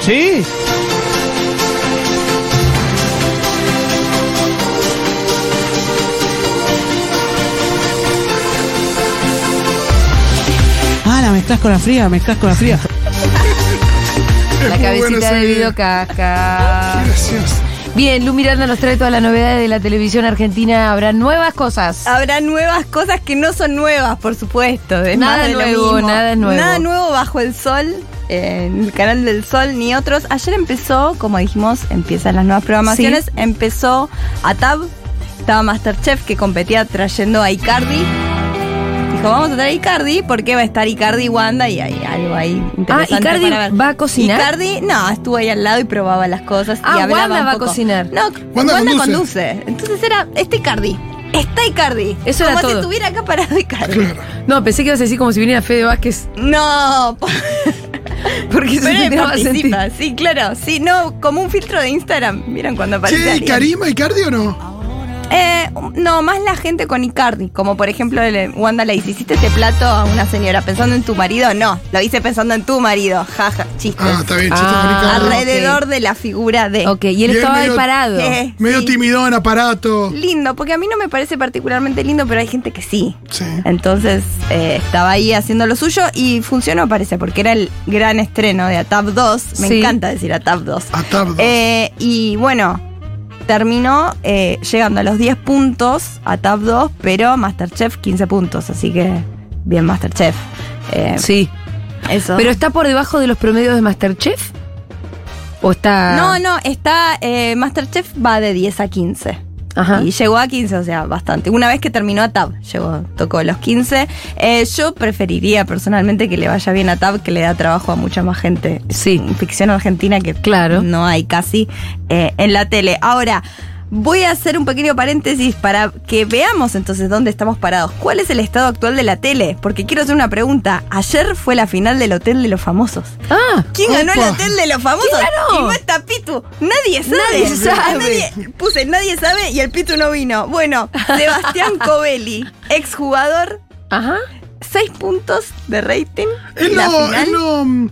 Sí. Ah, la mezclas con la fría, mezclas con la fría. La Muy bueno cabecita ese de video. Vido Casca. Gracias. Bien, Lu Miranda nos trae todas las novedades de la televisión argentina. Habrá nuevas cosas. Habrá nuevas cosas que no son nuevas, por supuesto. es Nada más de lo nuevo, mismo. nada nuevo. Nada nuevo bajo el sol, eh, en el canal del sol ni otros. Ayer empezó, como dijimos, empiezan las nuevas programaciones. Empezó a Tab, estaba Masterchef que competía trayendo a Icardi. Dijo, vamos a traer a Icardi porque va a estar Icardi y Wanda y hay algo ahí interesante. Ah, ¿Icardi para ver. va a cocinar? Icardi, no, estuvo ahí al lado y probaba las cosas. Ah, y hablaba Wanda un va a poco. cocinar. No, Wanda Wanda, conduce. conduce. Entonces era, este Icardi. Está Icardi. Eso Como era todo. si estuviera acá parado Icardi. No, pensé que ibas a decir como si viniera Fede Vázquez. No. po- Porque eso Pero se él te va a sentir. participa. Sí, claro. Sí, no, como un filtro de Instagram. Miren cuando aparece. Che, ¿y alguien. Karima y Cardi o no? Eh, no, más la gente con Icardi. Como por ejemplo, el- Wanda le dice: ¿Hiciste este plato a una señora pensando en tu marido? No, lo hice pensando en tu marido. Jaja, chistes. Ah, está bien, chiste Ah, bonito. Alrededor de la figura de. Ok, y él Y él estaba ahí medio- parado. Eh, Medio sí. timidón, aparato. Lindo, porque a mí no me parece particularmente lindo, pero hay gente que sí. Sí. Entonces eh, estaba ahí haciendo lo suyo y funcionó, parece, porque era el gran estreno de ATAP 2. Me Sí. encanta decir ATAP 2. Atardo. Eh, y bueno, terminó eh, llegando a los 10 puntos ATAP 2, pero Masterchef 15 puntos. Así que bien, Masterchef. Eh, Sí. Eso. ¿Pero está por debajo de los promedios de Masterchef? ¿O está.? no, no, está. eh, Masterchef va de 10 a 15. Ajá. Y llegó a 15, o sea, bastante. Una vez que terminó a Tab, llegó, tocó los 15. Eh, yo preferiría personalmente que le vaya bien a Tab, que le da trabajo a mucha más gente. Sí. Ficción argentina que Claro. no hay casi eh, en la tele. Ahora, voy a hacer un pequeño paréntesis para que veamos entonces dónde estamos parados. ¿Cuál es el estado actual de la tele? Porque quiero hacer una pregunta. Ayer fue la final del Hotel de los Famosos. Ah, ¿Quién ganó el Opa. hotel de los famosos? ¿Quién ganó? Y no está Pitu. Nadie sabe. Nadie sabe. A nadie- puse nadie sabe y el Pitu no vino. Bueno, Sebastián Covelli, exjugador, ajá. seis puntos de rating. Él La no, final. él no, mm,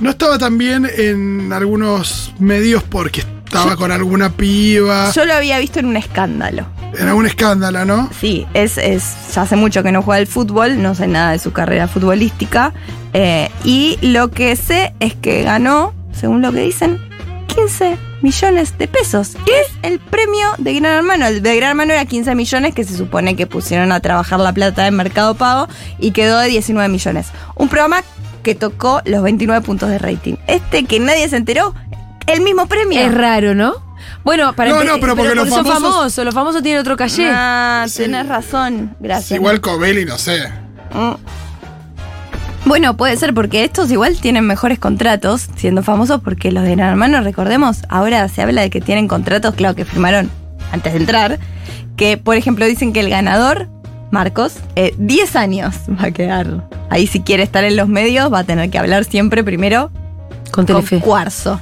no estaba tan bien en algunos medios porque estaba con alguna piba, Yo lo había visto en un escándalo. en algún escándalo, ¿no? Sí, es, es ya hace mucho que no juega al fútbol, no sé nada de su carrera futbolística. eh, y lo que sé es que ganó, según lo que dicen, 15 millones de pesos. que Es el premio de Gran Hermano. El de Gran Hermano era 15 millones que se supone que pusieron a trabajar la plata en Mercado Pago y quedó de 19 millones. Un programa que tocó los 29 puntos de rating. Este que nadie se enteró, el mismo premio. Es raro, ¿no? Bueno, para No, empe- no, pero porque los son famosos- famosos. Los famosos tienen otro calle. Ah, Sí. tenés razón. Gracias. Igual Covelli, no sé. Mm. Bueno, puede ser porque estos igual tienen mejores contratos siendo famosos porque los de Gran Hermano, recordemos, ahora se habla de que tienen contratos, claro, que firmaron antes de entrar, que por ejemplo dicen que el ganador, Marcos, eh, 10 años va a quedar. Ahí si quiere estar en los medios va a tener que hablar siempre primero con con Telefe. Cuarzo.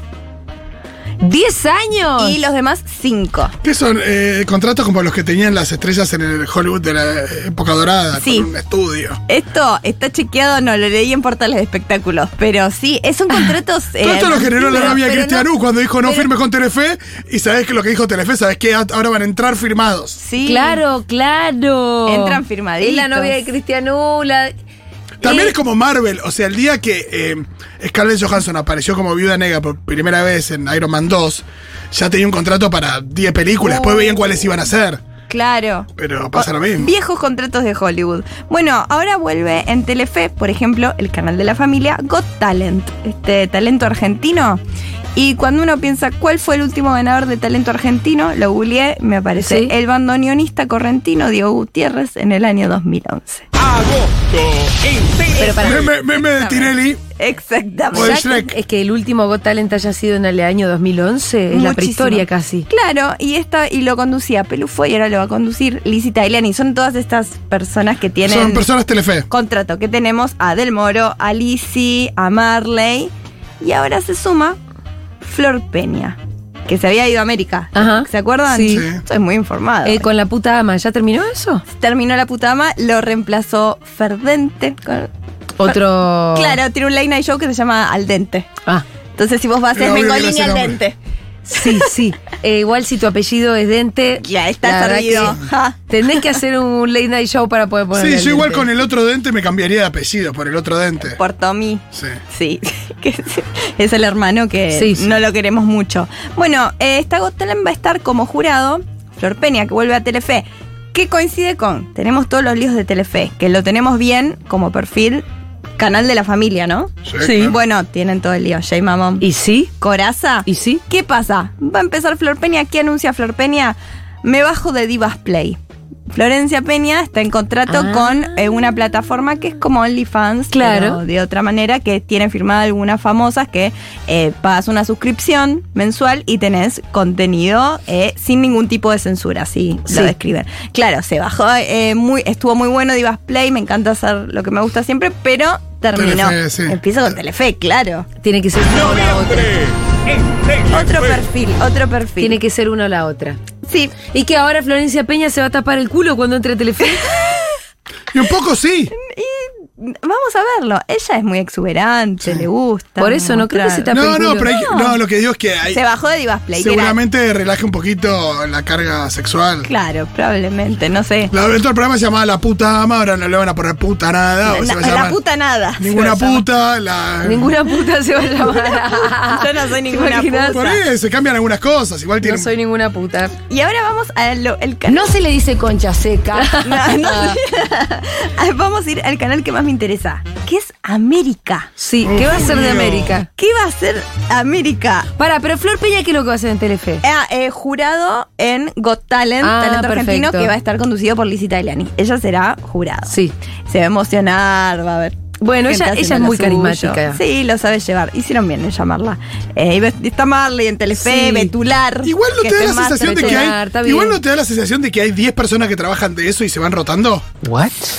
¡10 años! Y los demás 5. ¿Qué son? Eh, contratos como los que tenían las estrellas en el Hollywood de la época dorada, Sí. con un estudio. Esto está chequeado, no lo leí en portales de espectáculos, pero sí, eh, Ah. son contratos... eh, Todo esto lo generó la pero- rabia de pero no- Cristianú cuando dijo no pero- firme con Telefe y sabes que lo que dijo Telefe, sabes que ahora van a entrar firmados. Sí. Claro, claro. Entran firmaditos. Es la novia de Cristianú. la- También Eh, es como Marvel, o sea, el día que eh, Scarlett Johansson apareció como viuda negra por primera vez en Iron Man 2, ya tenía un contrato para 10 películas, después veían cuáles iban a ser, Claro. pero pasa lo mismo. Viejos contratos de Hollywood. Bueno, ahora vuelve en Telefe, por ejemplo, el canal de la familia Got Talent, este talento argentino. Y cuando uno piensa cuál fue el último ganador de talento argentino, lo googleé, me aparece Sí. el bandoneonista correntino Diego Gutiérrez en el año 2011. Pero para. Meme, meme de Tinelli, Exactamente. Bueno, Ya de Shrek. Es que el último Got Talent haya sido en el año 2011. Es la Muchísimo. prehistoria casi. Claro, y esta y lo conducía Pelufo y ahora lo va a conducir Lizzie Tailani. Son todas estas personas que tienen son personas Telefe. contrato que tenemos a Del Moro, a Lizzy, a Marley y ahora se suma Flor Peña, que se había ido a América. Ajá. ¿Se acuerdan? Sí. Sí. Estoy muy informada. Eh, con la puta ama. ¿Ya terminó eso? Terminó la putama, lo reemplazó Ferdente. con- Otro. Oh. Claro, tiene un late night show que se llama Al Dente. Ah. Entonces, si vos vas, Pero es obvio que Mengolini no al es el dente. Sí, sí. Eh, igual si tu apellido es Dente. Ya la está verdad servido. que Ja. Tendés que hacer un late night show para poder poner. Sí, yo igual con el otro dente me cambiaría de apellido por el otro dente. Por Tommy. Sí. Sí, que es- es el hermano que Sí, sí. no lo queremos mucho. Bueno, eh, esta Gotelem va a estar como jurado, Flor Peña, que vuelve a Telefe. ¿Qué coincide con? Tenemos todos los líos de Telefe, que lo tenemos bien como perfil, canal de la familia, ¿no? Sí, Sí. claro. Bueno, tienen todo el lío, Jay Mamón. ¿Y sí? Coraza. ¿Y sí? ¿Qué pasa? Va a empezar Flor Peña. ¿Qué anuncia Flor Peña? Me bajo de Divas Play. Florencia Peña está en contrato Ah. con eh, una plataforma que es como OnlyFans, Claro. pero de otra manera, que tienen firmada algunas famosas que eh, pagas una suscripción mensual y tenés contenido eh, sin ningún tipo de censura, así Sí. lo describen. Claro, se bajó, eh, muy, estuvo muy bueno Divas Play, me encanta hacer lo que me gusta siempre, pero terminó. Telefe, sí. Empieza con Telefe, claro. Tiene que ser una o la otra. Otro perfil, otro perfil. Tiene que ser una o la otra. Sí, ¿Y que ahora Florencia Peña se va a tapar el culo cuando entre a Telefe? Y un poco sí. vamos a verlo. Ella es muy exuberante, le gusta. Por eso no creo que se mostrar. tape No, el no, culo. pero hay que- no, lo que digo es que hay- Se bajó de Divas Play. que era- seguramente relaje un poquito la carga sexual. Claro, probablemente, no sé. La verdad, el programa se llamaba La puta ama, ahora no le van a poner puta nada. o Na- se va a la llamar puta nada. Ninguna Se va a llamar. puta, la. Ninguna puta se va a llamar. Yo no soy ¿Te ninguna imaginas? puta. Por ahí se cambian algunas cosas, igual No tienen. soy ninguna puta. Y ahora vamos al el canal. No se le dice concha seca. No, Ah, no. vamos a ir al canal que más me interesa, que es América. Sí, ¿qué va a ser de Oh, Dios mío. América? ¿Qué va a hacer América? Para, pero Flor Peña, ¿qué es lo que va a hacer en Telefe? Ah, eh, jurado en Got Talent, Ah, talento argentino, perfecto. que va a estar conducido por Liz Italiani. Ella será jurado. Sí. Se va a emocionar, va a ver. Bueno, gente ella, haciendo ella es lo muy suyo. carismática. Sí, lo sabe llevar. Hicieron bien en llamarla. Eh, y ve- está Marley en Telefe, Sí. Betular. Igual no que te da está la en sensación de que Masterchef. Masterchef, está hay. bien. Igual no te da la sensación de que hay 10 personas que trabajan de eso y se van rotando.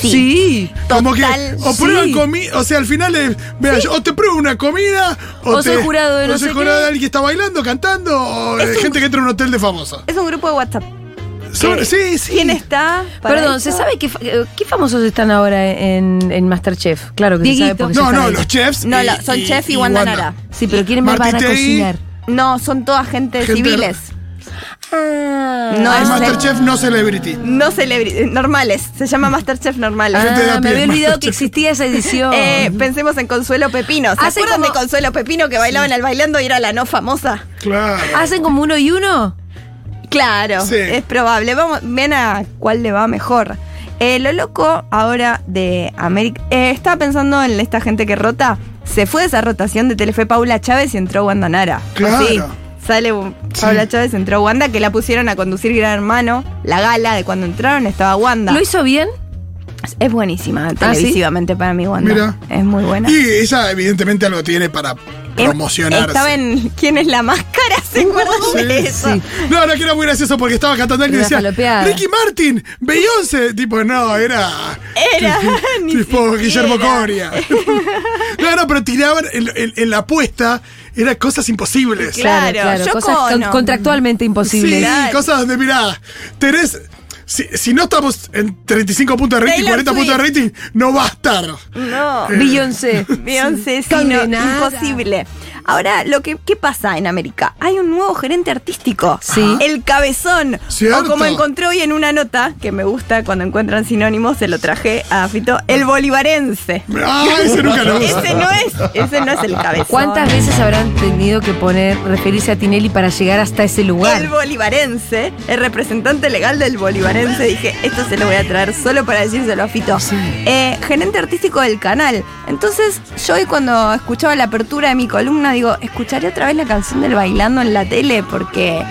Sí. Como que Total, o prueban sí. comida, o sea, al final es, vea, yo- o te pruebo una comida, o, O te- soy jurado de o no soy sé jurado qué. de alguien que está bailando, cantando, o de Es un- gente que entra a un hotel de famosa. Es un grupo de WhatsApp. Sobre- sí, sí. ¿Quién está? para Perdón, eso? ¿se sabe qué, fa- eh, qué famosos están ahora en, en Masterchef? Claro que se sabe Dieguito. porque se No, están no, ahí. los chefs. No, y- la- son chef y Wanda Nara. Sí, pero quieren ver Martí van a Tegui. cocinar. No, son toda gente, Gente- civiles. Ah, No Hay es Masterchef no celebrity. No celebridades, normales. Se llama Masterchef normales. Gente de a Ah, me pie, había olvidado Masterchef. que existía esa edición. Eh, pensemos en Consuelo Pepino. ¿Se Hace acuerdan Ah, como- de Consuelo Pepino que bailaban al bailando y era la no famosa? Claro. ¿Hacen como uno y uno? Claro, Sí. es probable. Vamos, ven a cuál le va mejor. Eh, lo loco ahora de América. eh, estaba pensando en esta gente que rota. Se fue de esa rotación de Telefe Paula Chávez y entró Wanda Nara. Claro. Así, sale um, Paula Chávez, entró Wanda, que la pusieron a conducir Gran Hermano. La gala de cuando entraron estaba Wanda. ¿Lo hizo bien? Es buenísima ¿Ah, sí? televisivamente para mí, Wanda. Mira. Es muy buena. Y ella, evidentemente, algo tiene para Em- promocionarse. Uh, Estaba en ¿Quién es la máscara? ¿Se acuerdan de eso? No, no, que era muy gracioso porque estaba cantando alguien y Era decía falopeada. Ricky Martin, Beyoncé. Tipo, no, era. Era, ni tipo siquiera. Guillermo Coria. no, no, pero tiraban en, en- en la apuesta, eran cosas imposibles. Claro, yo cosas con- cono. contractualmente Sí, imposibles. Claro. cosas donde, mirá, tenés. Si, si no estamos en 35 puntos de rating, Taylor 40 puntos de rating, no va a estar. No. Eh, Beyoncé. Beyoncé, sí, no, Condenada. imposible. Ahora, lo que ¿qué pasa en América? Hay un nuevo gerente artístico. Sí. El cabezón. Cierto. O como encontré hoy en una nota, que me gusta cuando encuentran sinónimos, se lo traje a Fito, el bolivarense. Ah, ese nunca lo usa. Ese no es, ese no es el cabezón. ¿Cuántas veces habrán tenido que poner, referirse a Tinelli para llegar hasta ese El lugar? bolivarense, el representante legal del bolivarense, dije, esto se lo voy a traer solo para decírselo a Fito. Eh, gerente artístico del canal. Entonces, yo hoy cuando escuchaba la apertura de mi columna, digo, escucharé otra vez la canción del bailando en la tele, porque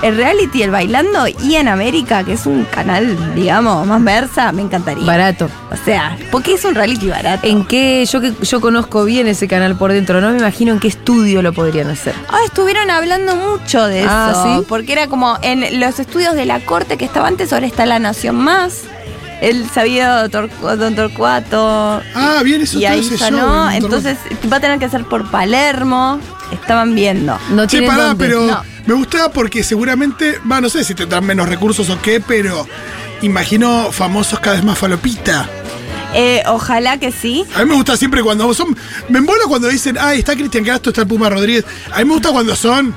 el reality, el bailando, y en América, que es un canal, digamos, más versa, me encantaría. Barato. O sea, porque es un reality barato. ¿En qué? Yo que yo conozco bien ese canal por dentro, no me imagino en qué estudio lo podrían hacer. Ah, estuvieron hablando mucho de eso. Ah, ¿sí? Porque era como en los estudios de la corte que estaba antes, ahora está La Nación Más. El sabido Torcu- Don Torcuato. Ah, bien, eso y todo ahí ese ya show, no. un Entonces va a tener que hacer por Palermo. Estaban viendo. No Che, tienen pará, dónde. pero No. me gustaba porque seguramente, va, no sé si tendrán menos recursos o qué, pero imagino famosos cada vez más falopita. Eh, ojalá que sí. A mí me gusta siempre cuando son. Me embolo cuando dicen, ay, está Cristian Castro, está el Puma Rodríguez. A mí me gusta cuando son.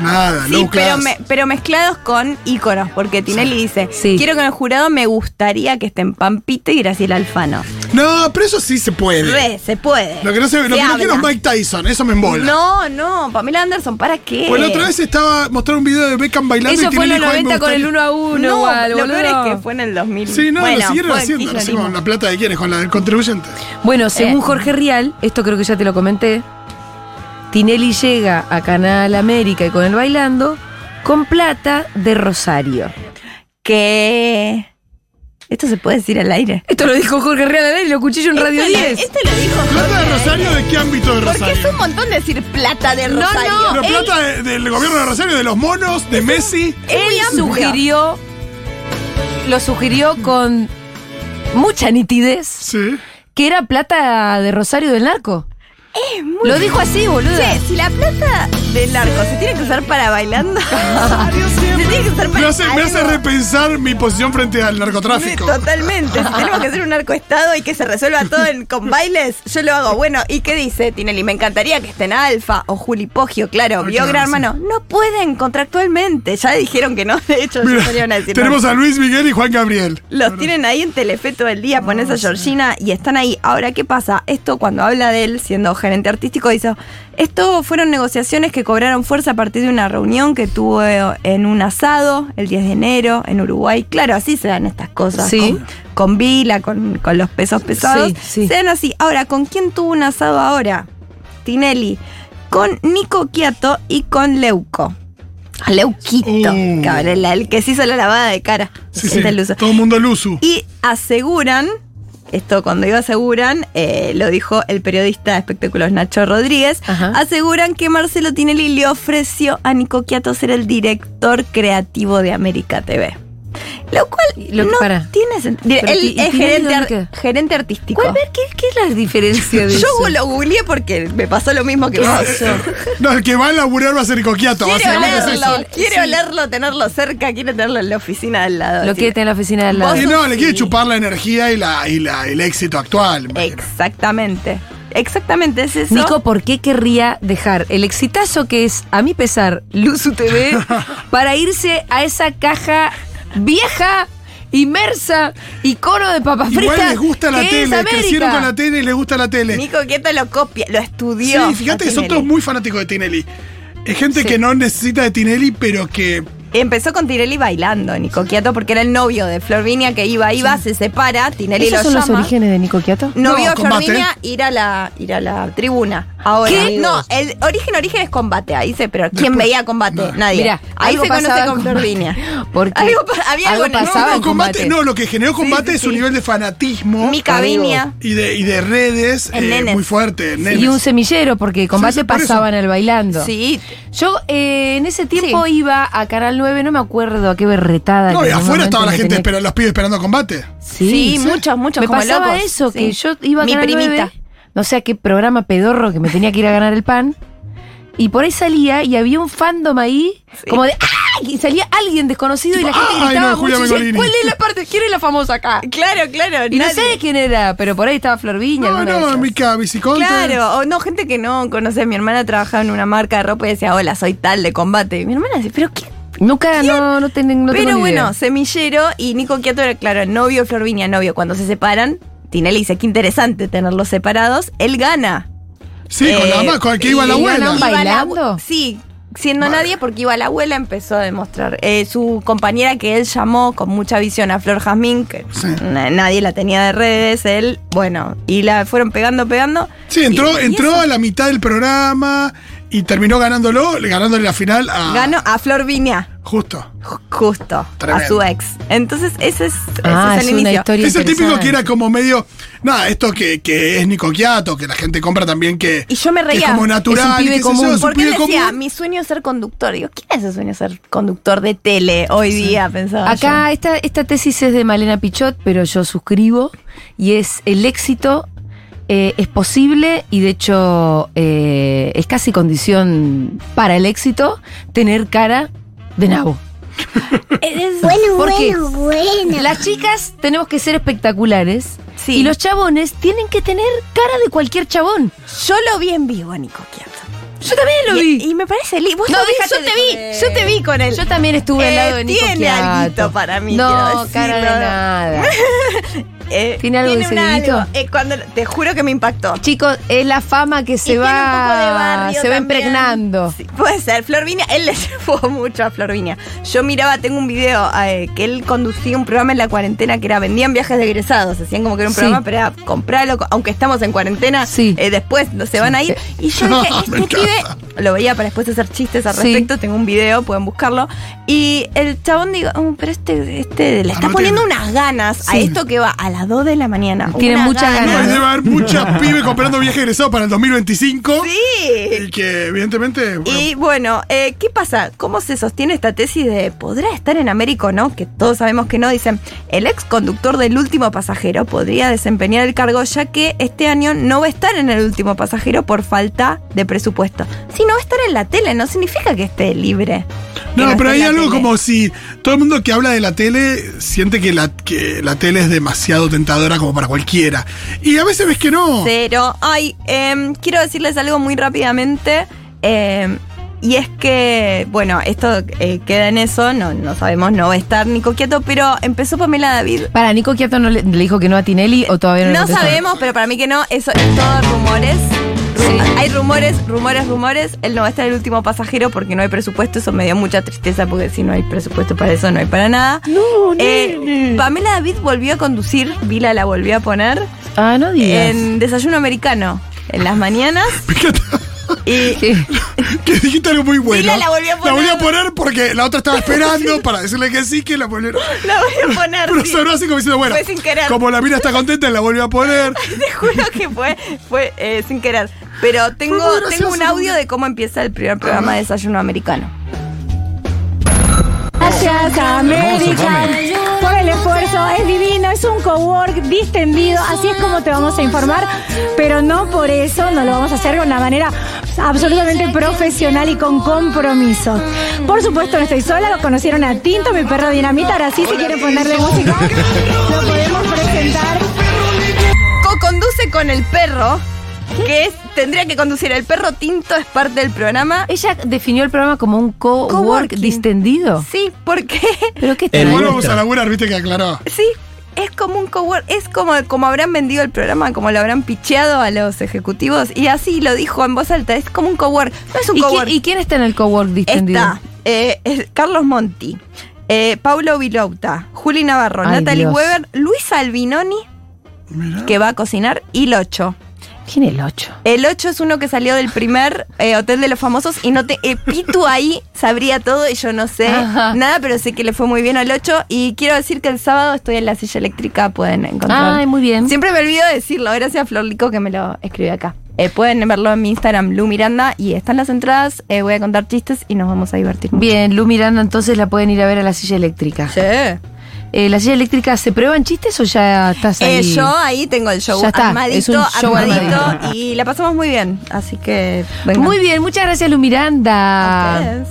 Nada, Sí, low pero, class. me- pero mezclados con íconos, porque Tinelli dice, Sí. quiero que en el jurado me gustaría que estén Pampita y Graciela Alfano. No, pero eso sí se puede. Re, se puede. Lo que no se lo Se que no habla. quiero es Mike Tyson, eso me embola. No, no, Pamela Anderson, ¿para qué? Pues la otra vez estaba mostrando un video de Beckham bailando Eso y fue en los Tinelli dijo, "Ay, me 90 con el gustaría-". 1 a 1 No, igual, lo peor boludo. es que fue en el 2000. Sí, no, Bueno, lo siguieron fue haciendo. no sé, kirchnerismo. ¿Con la plata de quién es? ¿Con la del contribuyente? Bueno, según Eh. Jorge Rial, esto creo que ya te lo comenté, Tinelli llega a Canal América y con el bailando con plata de Rosario. Que... Esto se puede decir al aire. Esto lo dijo Jorge Rial al aire, lo escuché yo en Radio Esto lo- 10. Esto lo dijo ¿Plata de Jorge. Rosario de qué ámbito de Porque es Rosario? un montón decir plata de No, Rosario. no, Pero plata de- del gobierno de Rosario, de los monos, de Messi. Él muy amplio. sugirió, lo sugirió con mucha nitidez, Sí. que era plata de Rosario del Narco. muy- Lo dijo así, boludo. Che, si la plata del arco se tiene que usar para bailando, se tiene que usar para Me hace, me hace algo. repensar mi posición frente al Sí, narcotráfico. Totalmente. Si tenemos que hacer un narcoestado y que se resuelva todo en- con bailes, yo lo hago. Bueno, ¿y qué dice Tinelli? Me encantaría que estén Alfa o Juli Poggio, claro, Ay, vio claro, gran sí. hermano. No pueden contractualmente. Ya dijeron que no, de hecho, Mira, ya salieron a decir. no. tenemos a Luis Miguel y Juan Gabriel. Los tienen ahí en Telefe todo el día, Ah, pones a Georgina y están ahí. Ahora, ¿qué pasa? Esto cuando habla de él siendo gerente artístico, dice, esto fueron negociaciones que cobraron fuerza a partir de una reunión que tuvo eh, en un asado el 10 de enero en Uruguay. Claro, así se dan estas cosas. Sí. Con, con vila, con, con los pesos pesados. Sí, sí. Se dan así. Ahora, ¿con quién tuvo un asado ahora? Tinelli. Con Nico Quiato y con Leuco. Leuquito, Uh. cabrón, la- el que se hizo la lavada de cara. Sí, Esta sí, luz. Todo el mundo luso. Y aseguran, esto cuando digo aseguran, eh, lo dijo el periodista de espectáculos Nacho Rodríguez, Ajá. aseguran que Marcelo Tinelli le ofreció a Nico Quiato ser el director creativo de América TV. Lo cual Lo que- no pará. tiene sentido. Pero Él ti- es Tinelli gerente, dónde ar- queda? gerente artístico. ¿Cuál, ver, ¿qué, ¿Qué es la diferencia de Yo eso? lo googleé porque me pasó lo mismo que Ah, vos. eh, No, el que va a laburar va a ser coquiato. Quiere básicamente es olerlo, eso. quiere olerlo, tenerlo cerca, quiere tenerlo en la oficina del lado. Lo así que está en la oficina de al lado. Y no, le quiere chupar la energía y, la, y la- el éxito actual. me imagino. Exactamente. Exactamente, es eso. Nico, ¿por qué querría dejar el exitazo que es, a mi pesar, Luzu TV, para irse a esa caja vieja, inmersa, icono de papas fritas? Igual les gusta la que es tele, América? crecieron con la tele y les gusta la tele. Nico Quieto lo copia, lo Sí, estudió. fíjate que son Tinelli. todos muy fanáticos de Tinelli. Es gente Sí. que no necesita de Tinelli, pero que. Empezó con Tinelli bailando, Nico Quieto, porque era el novio de Florvinia que iba, iba, se separa, Tinelli ¿Esos lo son llama. los orígenes de Nico Quiato? Novio No, de combate. Florvinia, ir a la, ir a la tribuna. Ahora, ¿Qué? no, el origen, origen es combate, ahí se, pero ¿quién veía combate? Nadie. Mirá, ahí algo se conoce pasaba con con- Florvinia. Porque Algo pa- había algo algo en el- pasaba no, en no, combate, combate. no, lo que generó combate sí, es un sí. nivel de fanatismo Mica Amigo. Viña. y de, y de redes En eh, nenes. muy fuerte. en nenes. Y un semillero, porque combate Sí, sí, por eso. pasaban al bailando. Sí, Yo eh, en ese tiempo iba a Canal 9, no me acuerdo a qué berretada. No, que y en un afuera estaban momento me la tenía gente, que- espera- los pibes esperando combate. Sí, muchos, muchos. Me como pasaba locos. eso, Sí. que yo iba a Mi Canal primita. 9, no sé a qué programa pedorro que me tenía que ir a ganar el pan. Y por ahí salía y había un fandom ahí, Sí. como de ¡ay! Y salía alguien desconocido y la gente ¡ay, gritaba no, Julia mucho y decía, Mengolini! ¿Cuál es la parte? ¿Quién es la famosa acá? Claro, claro. Y no nadie. sé quién era, pero por ahí estaba Flor Viña. No, alguna de no, esas. Mica Biciconte. Claro, o no, gente que no conoce. Mi hermana trabajaba en una marca de ropa y decía, hola, soy tal de combate. Y mi hermana decía, ¿pero qué? Nunca, no, no, ten- no tengo Pero ni bueno, idea. semillero y Nico Quiato era, claro, novio, Florvinia, novio. Cuando se separan, Tinelli dice, qué interesante tenerlos separados. Él gana. Sí, con Eh, la ma- con el que iba y la ganan abuela. ba- Iba la abue- ¿Bailando? sí, siendo nadie porque iba la abuela, empezó a demostrar. Eh, su compañera que él llamó con mucha visión a Flor Jazmín, que Sí. na- nadie la tenía de redes, él, bueno, y la fueron pegando, pegando. Sí, entró, Y- y entró eso. a la mitad del programa y terminó ganándolo, ganándole la final a. Ganó a Florvinia. Justo. Ju- Justo, Tremendo. a su ex. Entonces, ese es, ese Ah, es el es una inicio. historia Es el típico interesante. que era como medio. Nada, esto que, que es Nico Quiato, que la gente compra también que. Y yo me que es reía. como natural. Es un pibe y qué sé común. yo, es un Porque él pibe decía, común. mi sueño es ser conductor. Digo, ¿quién es el sueño ser conductor de tele hoy día? Pensaba Acá yo. esta, esta tesis es de Malena Pichot, pero yo suscribo y es el éxito eh, es posible y de hecho eh, es casi condición para el éxito tener cara de nabo. Es- Bueno, Porque bueno, bueno. Las chicas tenemos que ser espectaculares. Sí. Y los chabones tienen que tener cara de cualquier chabón. Yo lo vi en vivo, Nico Quieto. Yo también lo vi. Y, y me parece lindo. No, déjate de joder. Yo te vi con él. Yo también estuve al Eh, lado de Nico tiene Chiatto. alguito para mí, No, quiero cara de decirlo. nada. Eh, ¿Tiene algo ese un dedito? algo. Eh, cuando, te juro que me impactó. Chicos, es la fama que se Y tiene va, un poco de barrio se va también. impregnando. Sí, puede ser, Florvinia, él le llevó mucho a Florvinia. Yo miraba, tengo un video eh, que él conducía un programa en la cuarentena que era vendían viajes de egresados, hacían como que era un Sí. programa para comprarlo, aunque estamos en cuarentena, Sí. eh, después no se van a ir. Y yo dije, Me este pibe, encanta. lo veía para después hacer chistes al Sí. respecto, tengo un video, pueden buscarlo. Y el chabón digo, "Mm, pero este, este le está Ah, no poniendo tiene- unas ganas a Sí. esto que va a las 2 de la mañana. Tiene Unas muchas No, ganas. y debe haber muchas pibes comprando viaje egresado para el 2025. Sí. Y que evidentemente. bueno, Y bueno, eh, ¿qué pasa? ¿Cómo se sostiene esta tesis de podrá estar en América o no? Que todos sabemos que no. Dicen, el ex conductor del último pasajero podría desempeñar el cargo ya que este año no va a estar en el último pasajero por falta de presupuesto. Si no va a estar en la tele, no significa que esté libre. Que No, esté pero en hay la algo tele. como si todo el mundo que habla de la tele siente que la, que la tele es demasiado tentadora como para cualquiera. Y a veces ves que no. Cero. Ay, em, quiero decirles algo muy rápidamente. em, y es que, bueno, esto eh, queda en eso, no, no sabemos, no va a estar Nico Quieto, pero empezó Pamela David Para, Nico Chiatto no le, le dijo que no a Tinelli o todavía no le No contestó? sabemos, pero para mí que no. Eso es todo rumores. Ru- Hay rumores, rumores, rumores. Él no va a estar el último pasajero porque no hay presupuesto. Eso me dio mucha tristeza porque si no hay presupuesto para eso, no hay para nada. No, Eh, nene. Pamela David volvió a conducir. Vila la volvió a poner Ah, no digas. en Desayuno Americano en las mañanas. Me encanta Y ¿Qué? que dijiste algo muy bueno. Mira, la volví a poner. La volví a poner porque la otra estaba esperando para decirle que sí, que la volvieron. la voy a poner. Pero sí. sonó así como diciendo, bueno, Fue sin querer. como la mina está contenta, la volvió a poner. Te juro que fue, fue eh, sin querer. Pero tengo, Fue muy tengo un gracioso. audio de cómo empieza el primer programa de Desayuno Americano. Gracias América por el esfuerzo, es divino, es un cowork distendido, así es como te vamos a informar, pero no por eso no lo vamos a hacer de una manera absolutamente profesional y con compromiso. Por supuesto no estoy sola, lo conocieron a Tinto, mi perro dinamita, ahora sí si quieren ponerle música, lo podemos presentar. co-conduce con el perro, que es, tendría que conducir el perro tinto, es parte del programa. Ella definió el programa como un co-work Coworking. distendido. Sí, porque ¿Pero qué El tal? Bueno, otro. vamos a laburar, viste que aclaró. sí, es como un cowork, es como, como habrán vendido el programa, como lo habrán picheado a los ejecutivos, y así lo dijo en voz alta, es como un cowork, no es un ¿Y, quién, cowork. y quién está en el cowork distendido? Está eh, es Carlos Monti, eh, Paulo Vilouta, Juli Navarro, Ay, Natalie Dios. Weber, Luis Albinoni, Mirá. que va a cocinar, y Locho. ¿Quién es el 8? El 8 es uno que salió del primer eh, Hotel de los Famosos y no te. eh, Pitu ahí sabría todo y yo no sé Ajá. nada, pero sé que le fue muy bien al 8. Y quiero decir que el sábado estoy en la silla eléctrica, pueden encontrar. Ay, muy bien. Siempre me olvido decirlo, gracias a Florlico que me lo escribió acá. Eh, pueden verlo en mi Instagram, Lu Miranda, y están las entradas. eh, voy a contar chistes y nos vamos a divertir. mucho. Bien, Lu Miranda, entonces la pueden ir a ver a la silla eléctrica. Sí. Eh, ¿La silla eléctrica se prueban chistes o ya estás ahí? Eh, yo ahí tengo el show Ya está, armadito, es un show armadito, armadito. y la pasamos muy bien. Así que vengan. Muy bien, muchas gracias Lu Miranda. A ustedes.